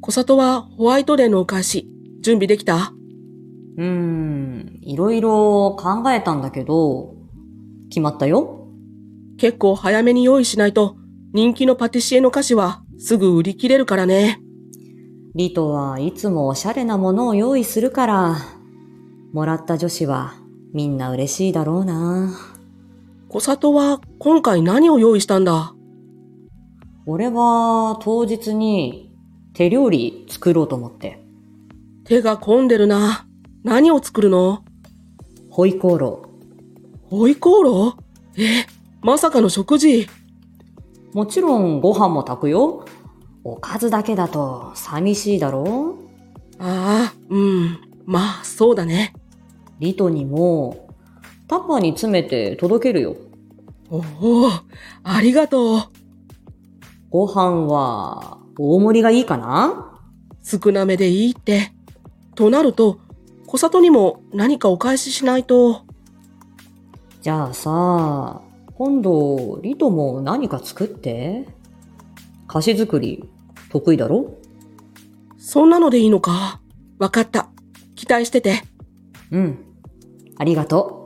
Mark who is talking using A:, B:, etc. A: 小里はホワイトデーのお返し、準備できた
B: うーん、いろいろ考えたんだけど、決まったよ。
A: 結構早めに用意しないと、人気のパティシエの菓子はすぐ売り切れるからね。
B: リトはいつもおしゃれなものを用意するから、もらった女子はみんな嬉しいだろうな。
A: 小里は今回何を用意したんだ
B: 俺は当日に手料理作ろうと思って。
A: 手が込んでるな。何を作るの
B: ホイコーロ
A: ホイコーローえ、まさかの食事。
B: ー。もちろんご飯も炊くよ。おかずだけだと寂しいだろう
A: ああ、うん。まあ、そうだね。
B: リトにもタッパーに詰めて届けるよ。
A: おお、ありがとう。
B: ご飯は大盛りがいいかな
A: 少なめでいいって。となると、小里にも何かお返ししないと。
B: じゃあさ、今度リトも何か作って。菓子作り得意だろ
A: そんなのでいいのか。わかった。期待してて。
B: うん。ありがとう。